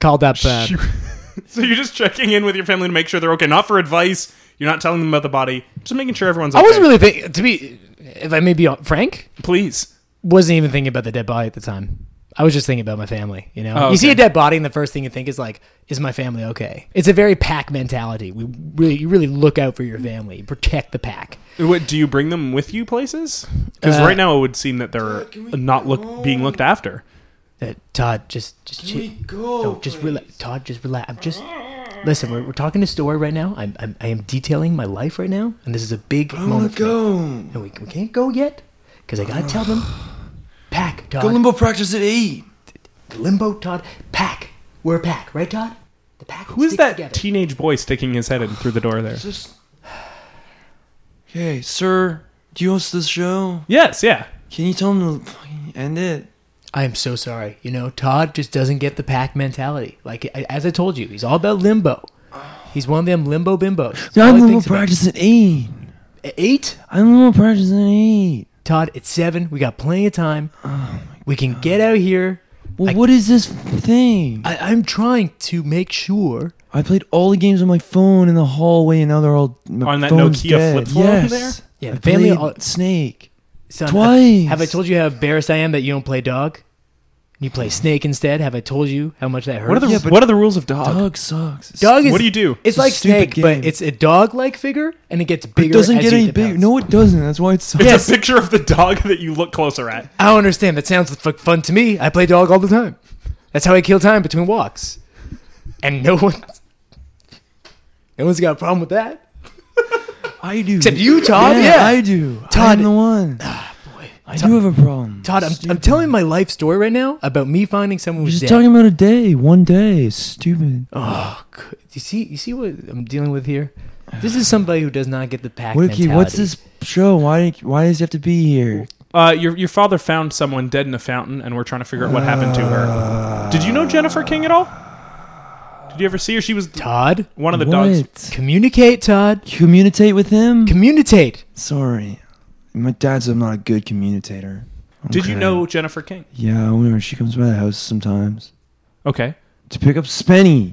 called up uh,
So you're just checking in with your family to make sure they're okay, not for advice. You're not telling them about the body. Just making sure everyone's.
i
okay.
wasn't really thinking to be if i may be frank
Please.
wasn't even thinking about the dead body at the time. I was just thinking about my family. You know,
Oh,
you see
okay.
a dead body, and the first thing you think is like, "Is my family okay?" It's a very pack mentality. We really, you really look out for your family, you protect the pack.
What, do you bring them with you places? Because
Uh,
right now it would seem that they're not look being looked after.
Uh, Todd, just, just, chill. no, just relax. Todd, just relax. I'm just listen. We're, we're talking a story right now. I'm, I'm, I am detailing my life right now, and this is a big moment. for me. No, we, we can't go yet because I gotta tell them. Pack, Todd.
practice at eight.
limbo, Todd. Pack. We're a pack, right, Todd? The pack.
Who is that teenage boy sticking his head in through the door there?
Just. Hey, sir, do you host this show?
Yes, yeah.
Can you tell him to fucking end it?
I am so sorry. You know, Todd just doesn't get the pack mentality. Like I- as I told you, he's all about limbo. He's one of them limbo bimbos. That's all
I'm
he
gonna
thinks about.
practice at eight.
At eight,
I'm gonna practice at eight.
Todd. It's seven. We got plenty of time.
Oh
we can get out here.
Well,
I-
what is this thing?
I, I'm trying to make sure.
I played all the games on my phone in the hallway, and now they're all my
On that
phone's
Nokia
dead.
flip phone
yes.
there?
Yeah,
I
the family
played
all-
Snake.
Son,
Twice.
Have, have I told you how embarrassed I am that you don't play dog? You play snake instead. Have I told you how much that hurts?
What are the what are the rules of dog?
Dog sucks. It's-
dog? Is,
What do you do?
It's
a
like snake,
stupid
but
game.
it's a dog-like figure, and it gets bigger.
It doesn't
as
get
you
any
get
bigger.
past.
No, it doesn't. That's why it's.
It's
sucks.
Yes.
a picture of the dog that you look closer at.
I don't understand. That sounds f- fun to me. I play dog all the time. That's how I kill time between walks. And no one, no one's got a problem with that.
I do.
Except you, Todd.
Yeah, Ah,
Yeah.
I do.
Todd-
I'm the one. I do have a problem.
Todd, I'm, I'm
Stupid.
telling my life story right now about me finding someone
We're
who's
just
dead.
talking about a day, one day. It's stupid.
oh, good. you see, you see what I'm dealing with here. This is somebody who does not get the pack
What, okay,
mentality.
what's this show? Why? Why does it have to be here?
Uh, your your father found someone dead in a fountain, and we're trying to figure out what happened to her. Did you know Jennifer King at all? Did you ever see her? She was
Todd,
one of the
what?
dogs.
communicate. Todd,
Communicate with him.
communicate.
Sorry, my dad's. I'm not a good communicator.
Did you
Okay.
know Jennifer King?
Yeah, whenever she comes by the house sometimes
Okay,
to pick up Spenny.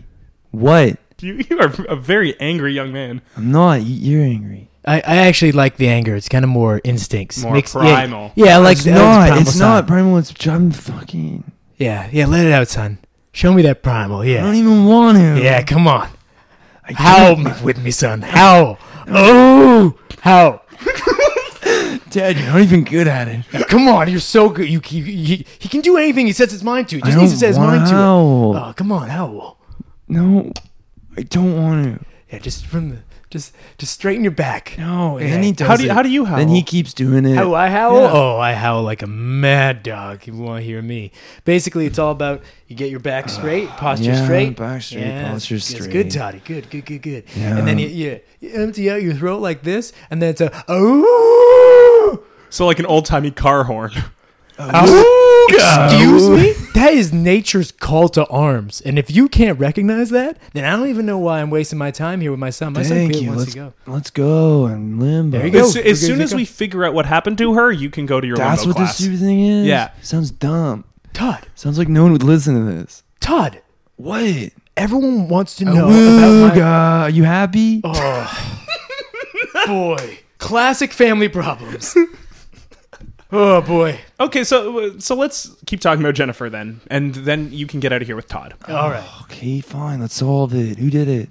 What?
you you are a very angry young man.
I'm not. y- You're angry.
I, I actually like the anger. It's kind of more instincts,
More
Mixed- yeah,
primal.
Yeah, I like
it's
that.
not.
primal
It's
side.
not primal. It's I'm fucking.
Yeah, yeah, let it out, son. Show me that primal.
I
Yeah,
don't even want him.
yeah, come on.
I
Howl me with me, son. Howl. Oh, howl.
can't- Dad, you're not even good at it.
Now, Come on, you're so good. You, you, you- he can do anything he sets his mind to. He
I
just needs to
don't
set his
wanna
mind to it.
howl.
Oh, come on, howl.
No, I don't want to.
Yeah, just from the Just just straighten your back.
No,
And
Nick.
he
how do you, how do you howl?
Then he keeps doing it.
How I howl?
Yeah.
Oh, I howl like a mad dog. You want to hear me? Basically, it's all about you get your back straight, posture
Uh, yeah,
straight,
back straight, posture
it's- it's
straight.
good, Toddy. Good, good, good, good.
Yeah.
And then you, you, you empty out your throat like this, and then it's a oh.
so like an old timey car horn.
Excuse me? That is nature's call to arms. And if you can't recognize that, then I don't even know why I'm wasting my time here with my son. My son
Thank
clearly
you.
wants
Let's
to
go.
go.
let's go and limbo.
There you go.
As,
we're
as
good
soon
to
as
go.
we figure out what happened to her, you can go to your
That's
limbo
what
class.
this stupid thing is.
Yeah.
sounds dumb.
Todd,
Sounds like no one would listen to this.
Todd,
What?
everyone wants to know
Ooga,
about my
are you happy?
boy. Classic family problems. oh boy.
okay, so uh, so let's keep talking about Jennifer then, and then you can get out of here with Todd.
All right.
Okay, fine. Let's solve it. Who did it?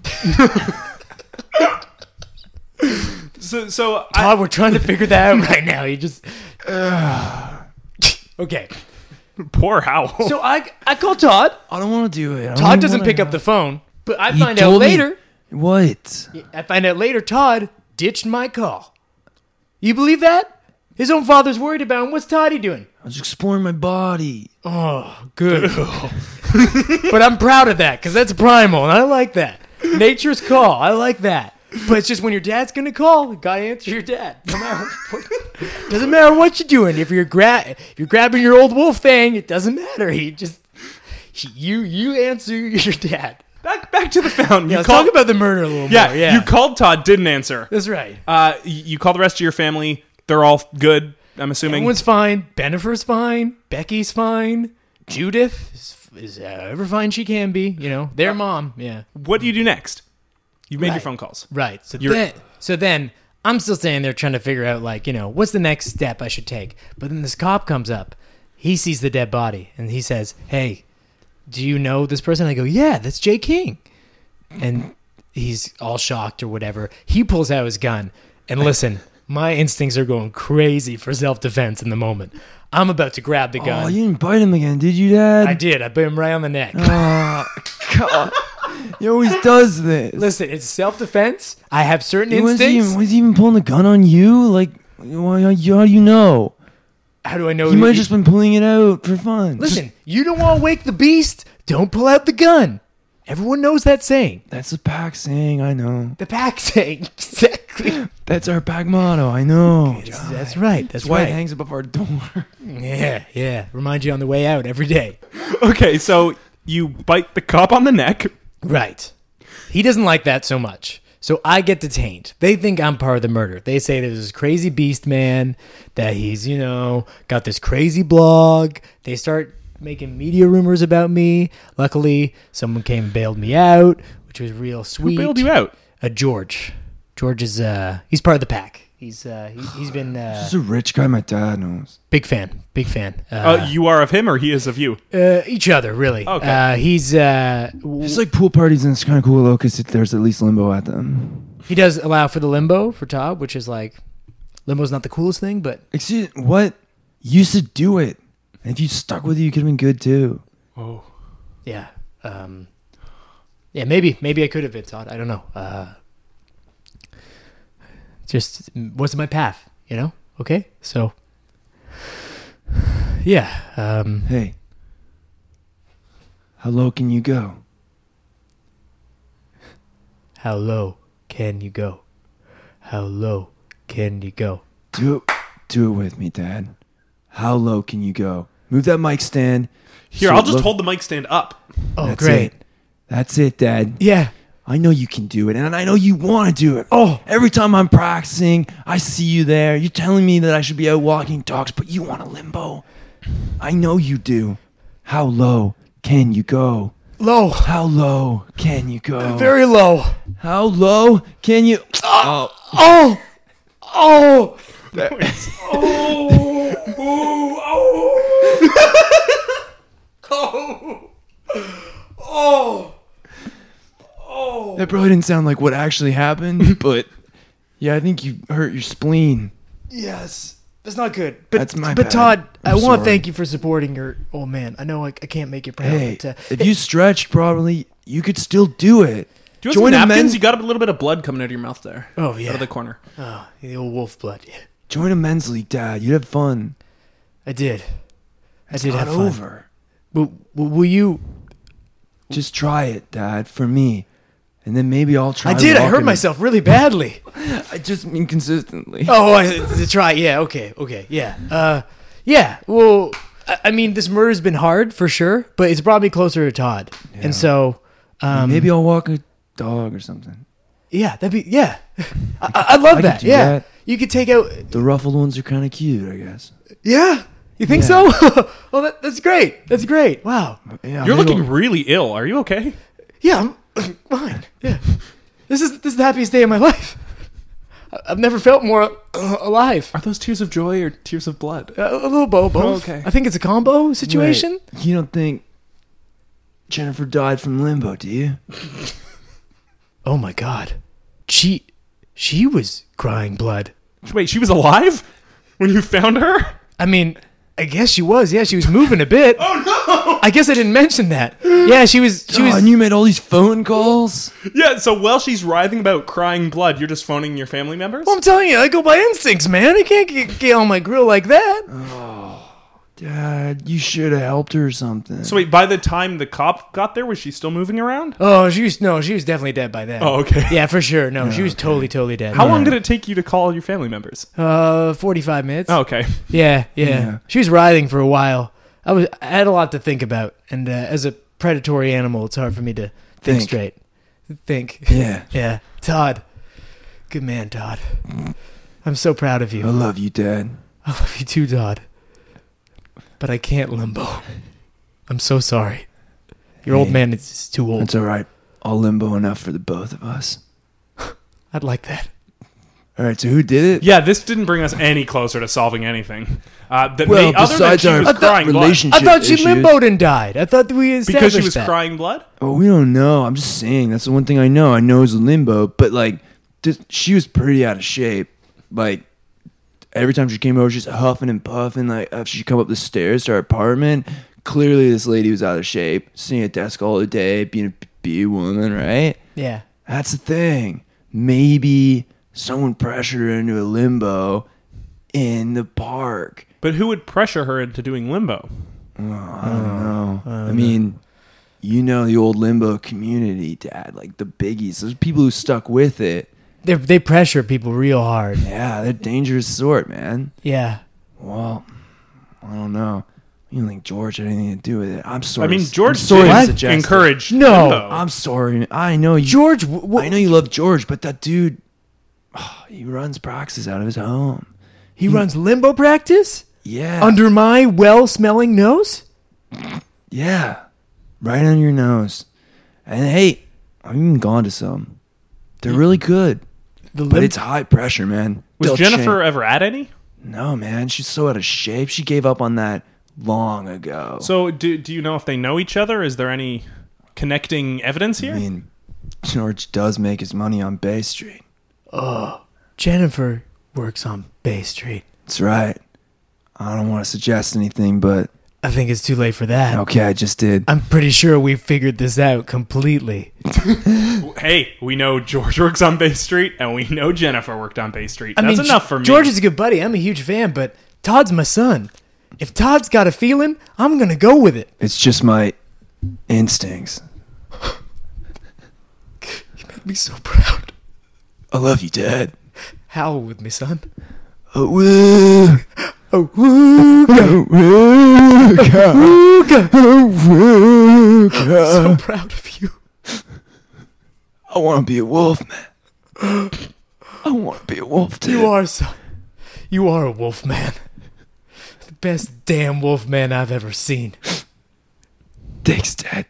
So so I,
Todd, we're trying to figure that out right now. You just Okay.
poor howl.
So I I call Todd.
I don't want to do it. I
Todd
don't
doesn't
wanna-
pick up the phone, but I
You
find out
told me-
later.
What?
I find out later Todd ditched my call. You believe that? His own father's worried about him. What's Toddy doing?
I was exploring my body.
Oh, good. but I'm proud of that because that's primal, and I like that. Nature's call. I like that. But it's just when your dad's gonna call, you gotta answer your dad. No matter what, doesn't matter what you're doing. If you're gra- if you're grabbing your old wolf thing, it doesn't matter. He just he- you you answer your dad.
back back to the fountain.
Yeah,
you
let's
called,
talk about the murder a little
yeah,
more. Yeah,
you called Todd, didn't answer.
that's right.
Uh, y- you call the rest of your family. They're all good. I'm assuming.
Everyone's fine. Benifer's fine. Becky's fine. Judith is, is however fine she can be. You know, their mom. Yeah.
what do you do next? You made your
Right.
phone calls.
Right. So
You're-
then, so then I'm still standing there trying to figure out, like, you know, what's the next step I should take. But then this cop comes up. He sees the dead body and he says, "Hey, do you know this person?" I go, "Yeah, that's Jay King." And he's all shocked or whatever. He pulls out his gun and listen. My instincts are going crazy for self-defense in the moment. I'm about to grab the gun.
Oh, you didn't bite him again, did you, Dad?
I did. I bit him right on the neck.
God. he always does this.
Listen, it's self-defense. I have certain
He wasn't
instincts.
even, was he even pulling a gun on you? Like, why- how you- how do you know?
How do I know?
Oh, He
that
might have
you-
just been pulling it out for fun.
Listen, you don't want to wake the beast. Don't pull out the gun. Everyone knows that saying.
That's a pack saying, I know.
The pack saying. Exactly.
That's our pack motto, I know. That's
That's right. That's
why it
eh?
right.
hangs above our door.
Yeah, yeah. Remind you on the way out every day.
Okay, so you bite the cop on the neck.
Right. He doesn't like that so much. So I get detained. They think I'm part of the murder. They say there's this crazy beast man that he's, you know, got this crazy blog. They start making media rumors about me. Luckily, someone came and bailed me out, which was real sweet.
Who bailed you out?
Uh, George. George is uh he's part of the pack. He's uh he, he's been uh,
This is a rich guy my dad knows.
big fan, big fan.
Uh,
Uh,
you are of him, or he is of you.
uh, each other really.
Okay.
Uh, he's uh w-
It's like pool parties and it's kind of cool though because there's at least limbo at them.
he does allow for the limbo for Todd, which is like limbo's not the coolest thing, but
Excuse what? You used to do it. And if you stuck with it, you could have been good too.
yeah. Um yeah, maybe maybe I could have been Todd. I don't know. Uh just what's my path, you know? Okay? So yeah, um
Hey, how low can you go?
How low can you go? How low can you go?
Do it, do it with me, Dad. How low can you go? Move that mic stand.
Here,
So
I'll just
look-
hold the mic stand up.
Oh,
That's
great.
it. That's it, Dad.
Yeah.
I know you can do it, and I know you want to do it. Oh, every time I'm practicing, I see you there. You're telling me that I should be out walking dogs, but you want a limbo. I know you do. How low can you go?
Low.
How low can you go?
Very low.
How low can you? Oh,
Oh. Oh. Oh! Oh!
that probably didn't sound like what actually happened, but yeah, I think you hurt your spleen.
Yes. That's not good. But,
That's my
but
bad.
Todd, i
I'm
want to
sorry.
thank you for supporting your oh, old man. I know I, I can't make it proud,
Hey,
but uh,
if you stretched properly, you could still do it.
Do you want
Join
some
a
napkins?
men-
You got a little bit of blood coming out of your mouth there.
Oh,
Out
yeah.
of the corner.
Oh, the old wolf blood. Yeah.
Join a men's league, Dad. You'd have fun.
I did. I did
Not
have fun.
over.
Will, will- will you?
Just try it, Dad, for me, and then maybe I'll try.
I did. I hurt
walking-
myself really badly.
I just mean consistently.
Oh, I, to try. Yeah. Okay. Okay. Yeah. Uh, yeah. Well, I, I mean, this murder's been hard for sure, but it's brought me closer to Todd, and so um,
maybe I'll walk a dog or something.
yeah, that'd be yeah. I, I- I love
could
that.
do
yeah.
that.
You could take out.
The ruffled ones are kind of cute, I guess.
Yeah. You think
Yeah.
so? well, that, that's great. That's great. Wow.
Yeah,
You're
maybe
looking
I'll-
really ill. Are you okay?
Yeah, I'm fine. Yeah, this is this is the happiest day of my life. I- I've never felt more uh, alive.
Are those tears of joy or tears of blood?
A, a little bow, both.
Oh, okay.
I think it's a combo situation.
Wait, you don't think Jennifer died from limbo, do you?
Oh my god, she she was crying blood.
Wait, she was alive when you found her?
I mean, I guess she was. Yeah, she was moving a bit. oh no! I guess I didn't mention that. Yeah, she was. She
oh,
was.
and you made all these phone calls.
Yeah, so while she's writhing about crying blood, you're just phoning your family members?
I'm telling you, I go by instincts, man. I can't get, get on my grill like that.
Dad, you should have helped her or something.
So wait, by the time the cop got there, was she still moving around?
Oh, she was no, she was definitely dead by then.
Oh, okay.
Yeah, for sure. No, she was totally, totally dead.
How long did it take you to call your family members?
Uh, forty-five minutes.
Oh, okay.
Yeah, yeah,
Yeah.
She was writhing for a while. I was I had a lot to think about, and uh, as a predatory animal, it's hard for me to think,
Think.
straight. Think.
yeah,
yeah, Todd. Good man, Todd. I'm so proud of
I
you.
love you, Dad.
I love you too, Todd. But I can't limbo. I'm so sorry. Your old
Hey.
man is is too old.
It's all right. I'll limbo enough for the both of us.
I'd like that.
All right, so who did it?
Yeah, this didn't bring us any closer to solving anything. Uh, that
Well,
made- other than
besides
she
our
was crying blood.
relationship
I thought she
issues-
limboed and died. I thought we established
Because she was
that.
crying blood?
Oh, we don't know. I'm just saying. That's the one thing I know. I know is limbo, but like, just, she was pretty out of shape. Like, every time she came over, she's huffing and puffing. Like, after she come up the stairs to her apartment, clearly this lady was out of shape. Sitting at desk all day, being a b woman, right?
Yeah.
That's the thing. Maybe someone pressured her into a limbo in the park.
But who would pressure her into doing limbo?
I don't know. I mean, you know the old limbo community, Dad. Like the biggies, those people who stuck with it.
They they pressure people real hard.
Yeah, they're dangerous sort, man.
Yeah.
Well, I don't know. You don't think George had anything to do with it? I'm
I
sorry.
mean,
I'm
George
sorry to
didn't
suggest it.
encourage
No.
limbo.
I'm sorry. I know you.
George, w- w-
I know you love George, but that dude, he runs Proxys out of his home.
He runs limbo practice
Yeah.
under my well-smelling nose.
Yeah, right on your nose. And hey, I've even gone to some. They're really good,
The
but
lim-
it's high pressure, man.
was
They'll
Jennifer ever at any?
change- No, man, she's so out of shape. She gave up on that long ago.
So do, do you know if they know each other? Is there any connecting evidence here?
I mean, George does make his money on Bay Street.
Jennifer works on Bay Street.
That's right. I don't want to suggest anything, but
I think it's too late for that.
okay, I just did.
I'm pretty sure we figured this out completely.
hey, we know George works on Bay Street, and we know Jennifer worked on Bay Street.
I
That's
mean,
enough for me.
George is a good buddy. I'm a huge fan, but Todd's my son. If Todd's got a feeling, I'm gonna go with it.
It's just my instincts.
Be so proud.
I love you, Dad.
Howl with me, son.
Oh, woo.
Oh, woo,
Oh, woo.
woo, go.
Oh, woo.
Uh-uh.
so proud of you.
I want to be a wolf, man. I want to be a wolf too.
You are son. You are a wolf man. The best damn wolf man I've ever seen.
Thanks, Dad.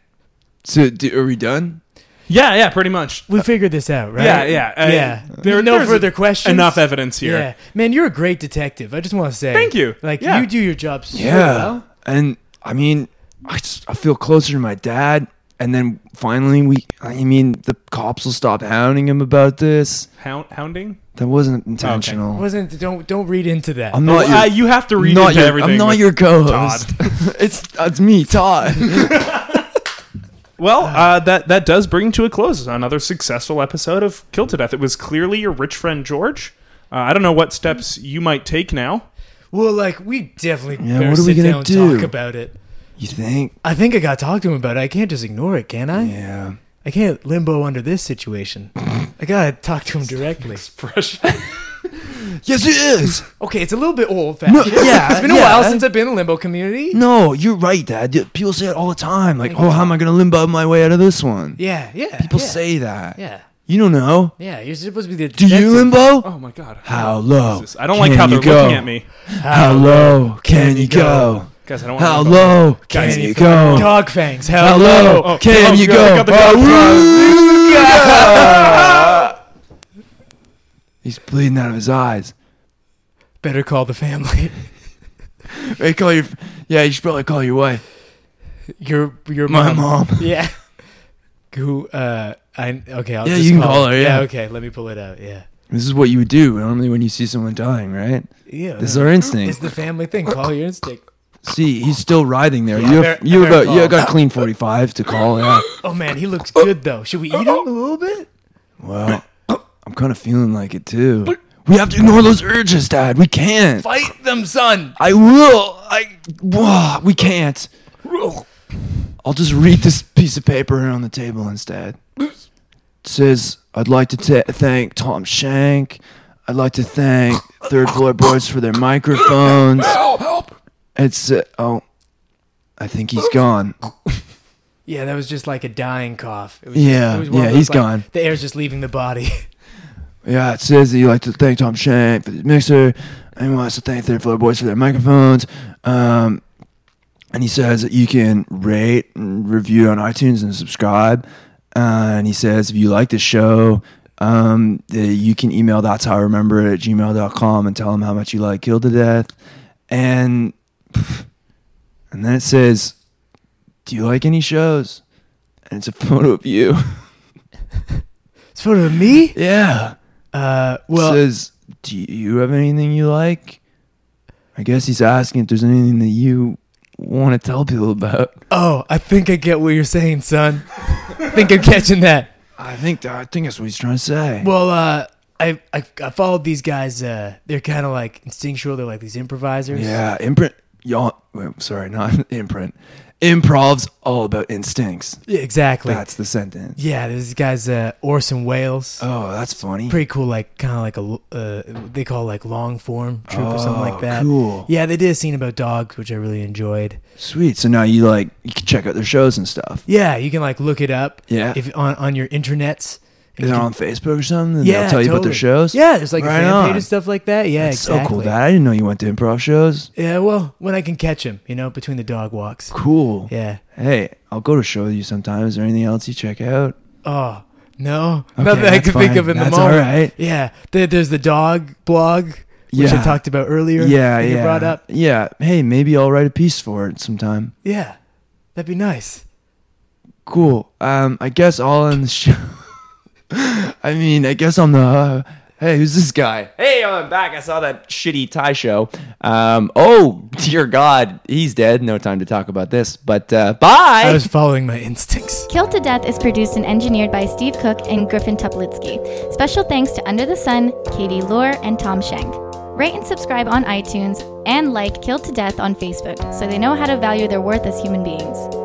So, do, are we done?
yeah, yeah, pretty much.
We figured this out, right?
Yeah, yeah, uh,
yeah.
there-
no
there's
further questions.
Enough evidence here.
Yeah, man, you're a great detective. I just want to say,
Thank you.
Like
Yeah.
you do your job so well.
And I mean, I just I feel closer to my dad. And then finally, we. I mean, the cops will stop hounding him about this.
Hound, hounding.
That wasn't intentional.
Wasn't don't don't read into that.
I'm not your.
uh, you have to read
not
into
your,
everything.
I'm not
with
your co-host. it's it's me, Todd.
Well, uh, that that does bring to a close another successful episode of Kill to Death. It was clearly your rich friend George. Uh, I don't know what steps you might take now.
Well, like we definitely
Yeah,
better
what are we
sit
gonna
down and
do?
talk about it.
You think?
I think I got to talk to him about it. I can't just ignore it, can I?
Yeah.
I can't limbo under this situation. I gotta talk to him directly.
Yes, it is.
Okay, it's a little bit old fashioned.
No, yeah,
it's been a
yeah. Mm.
while since I've been in limbo community.
No, you're right, Dad. Dude, People say it all the time. Like, oh, how am I gonna limbo my way out of this one?
Yeah, yeah.
People
yeah,
say that.
Yeah,
You don't know.
yeah. You're supposed to be the.
Do
detective.
you limbo?
Oh my God!
How low?
I don't like
can
how they're
you go?
looking at me,
How low can you go?
guys. I don't. Want
How
to
low can you go?
Dog fangs.
How
Hello.
low
oh,
can you
God, I
go?
got the dog
Aruga! He's bleeding out of his eyes.
Better call the family.
Hey, call your. Yeah, you should probably call your wife.
Your your
My
mom.
mom.
Yeah. Who? Uh. I. Okay. I'll
Yeah,
just
you can call her, yeah.
Okay. Let me pull it out. Yeah.
This is what you would do normally when you see someone dying, right?
Yeah.
This is our
It's
instinct.
the family thing. Call your instinct.
See, he's still writhing there. You
better-
have, you
I
have
better
got you
call.
got clean forty five to call. Yeah.
Oh man, he looks good though. Should we eat him?
little bit. Well, I'm kind of feeling like it too. We have to ignore those urges, Dad. We can't.
Fight them, son.
I will. I. Whoa, we can't. I'll just read this piece of paper here on the table instead. It says, I'd like to ta- thank Tom Shank. I'd like to thank Third Floor Boards for their microphones. Help! It's. Uh, oh. I think he's gone.
Yeah, that was just like a dying cough. It was
Yeah,
it was one of
yeah,
those,
he's gone.
The air's just leaving the body.
Yeah, it says that you like to thank Tom Shank for the mixer, and he wants to thank Third Floor Boys for their microphones. Um, and he says that you can rate and review on iTunes and subscribe. Uh, and he says if you like the show, um, that you can email that's how I remember it at gmail.com and tell him how much you like Killed to Death. And and then it says, Do you like any shows? And it's a photo of you.
It's photo of me.
yeah.
Uh. Well.
says, "Do you have anything you like?" I guess he's asking if there's anything that you want to tell people about.
oh, I think I get what you're saying, son. I think I'm catching that.
I think I think that's what he's trying to say.
Well, uh, I, I I followed these guys. Uh, they're kind of like instinctual. They're like these improvisers.
yeah, imprint. Y'all, wait, sorry, not imprint. Improv's all about instincts.
Yeah, exactly.
That's the sentence.
yeah, there's these guys. Uh, Orson Welles.
Oh, that's funny.
Pretty cool, like kind of like a l- uh, they call it like long form troop or something
Oh,
like that.
cool.
Yeah, they did a scene about dogs, which I really enjoyed.
Sweet. So now you like you can check out their shows and stuff.
Yeah, you can like look it up.
Yeah.
if on on your internets. and you
They're
can-
on Facebook or something. And
yeah,
they'll tell you about their
totally.
shows.
Yeah, there's like
Right
a fan
on.
page and stuff like that. Yeah,
That's
exactly.
so cool. That I didn't know you went to improv shows.
Yeah, well, when I can catch him, you know, between the dog walks.
Cool.
Yeah.
Hey, I'll go to show with you sometime. Is there anything else you check out?
Oh no,
Okay,
nothing I
that's
can
fine.
think of in
That's
the moment.
all right.
Yeah, there, there's the dog blog, which
Yeah.
I talked about earlier.
yeah,
that
yeah.
You brought up.
Yeah. Hey, maybe I'll write a piece for it sometime.
Yeah, that'd be nice.
Cool. Um, I guess I'll end the show. I mean, I guess I'm the. Uh, hey, who's this guy?
Hey, I'm back. I saw that shitty Thai show. Um, oh, dear God, he's dead. No time to talk about this. But uh, bye.
I was following my instincts.
Killed to Death is produced and engineered by Steve Cook and Griffin Tuplitsky. Special thanks to Under the Sun, Katie Lohr, and Tom Schenk. Rate and subscribe on iTunes and like Killed to Death on Facebook so they know how to value their worth as human beings.